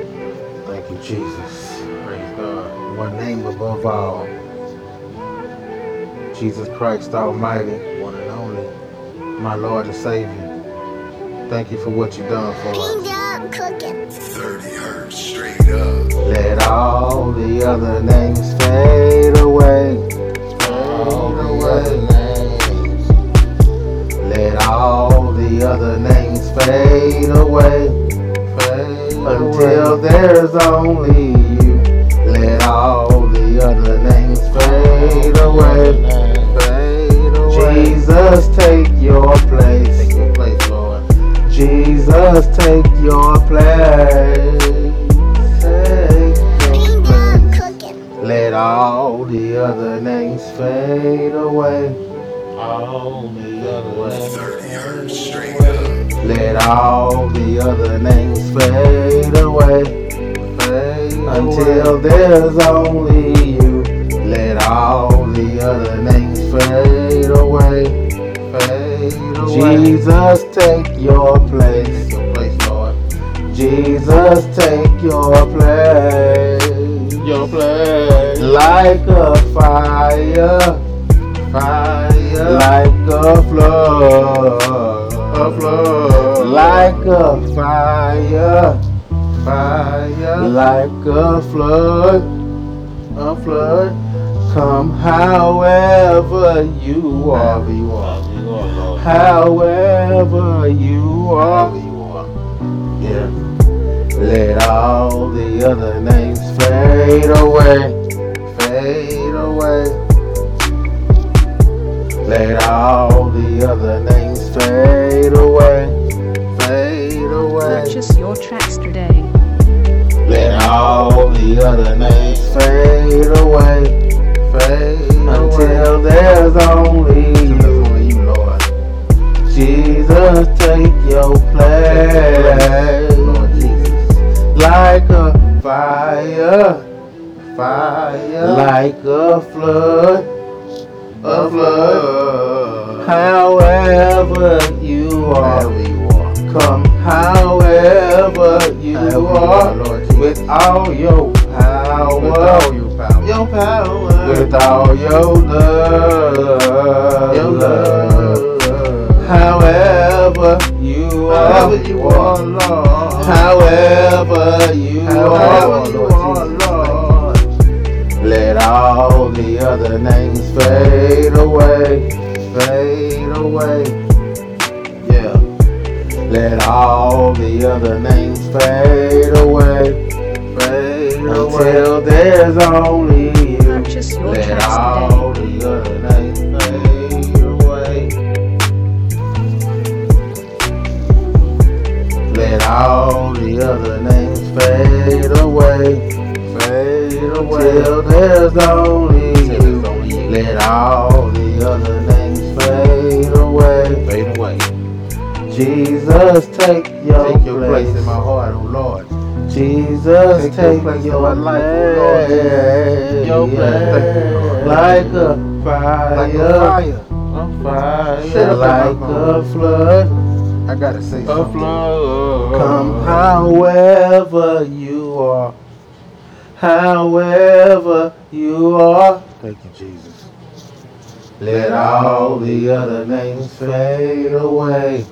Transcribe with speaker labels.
Speaker 1: Thank you, Jesus. Praise God. One name above all. Jesus Christ Almighty, one and only, my Lord and Savior. Thank you for what you've done for us. Ain't done cooking. 30 hertz straight up. Let all the other names fade away. All the other names. Let all the other names fade away. Fade until away. there's only you. Let all the other names fade away. Fade away. Jesus, take your place. Take your place, Lord. Jesus, take your place. Take your place. Cooking. Let all the other names fade away. All the other names. 30 hertz straight up. Let all the other names fade away. Fade until away. there's only you. Let all the other names fade away. Fade away. Jesus, take your place. Take your place, Lord. Jesus, take your place. Your place. Like a fire fire like a flood, a flood, like a fire, fire, like a flood, a flood. Come however you are, you are, you are, Lord. however you are, you are, yeah. Let all the other names fade away, fade away. Let all the other names fade away, fade away.
Speaker 2: Purchase your tracks today.
Speaker 1: Let all the other names fade away, fade until away. there's only you. There's only you, Lord. Jesus, take your place, Lord Jesus. like a fire, fire, like a flood a flood. However you are, However you are. come however you However you are, are, Lord Jesus. with all your power, with all your power, your power, with all your love, your love. However you are, However you are, Lord. However you However are, you Lord. are, Lord. Let all the other names fade away, fade away, yeah. Let all the other names fade away, fade away. Until there's only you.
Speaker 2: Purchase your
Speaker 1: Let
Speaker 2: tracks today.
Speaker 1: all the other names fade away. Let all the other names fade away, fade away. Till there's only you. Let all the other names fade away, fade away. Jesus, take your, take your place. place in my heart, oh Lord. Jesus, take, your place in my life, oh Lord. Your place, like a fire, like a fire, fire. like a flood. I gotta say a something. flood. Come however you are, however you are. Thank you, Jesus. Let all the other names fade away.